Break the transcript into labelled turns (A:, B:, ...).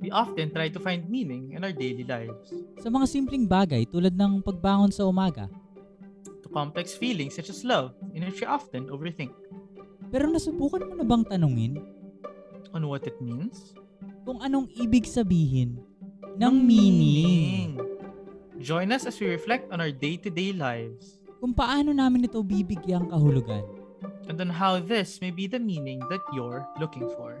A: we often try to find meaning in our daily lives.
B: Sa mga simpleng bagay tulad ng pagbangon sa umaga.
A: To complex feelings such as love, in which we often overthink.
B: Pero nasubukan mo na bang tanungin
A: On what it means?
B: kung anong ibig sabihin ng meaning?
A: Join us as we reflect on our day-to-day lives
B: Kung paano namin ito bibigyang kahulugan?
A: and on how this may be the meaning that you're looking for.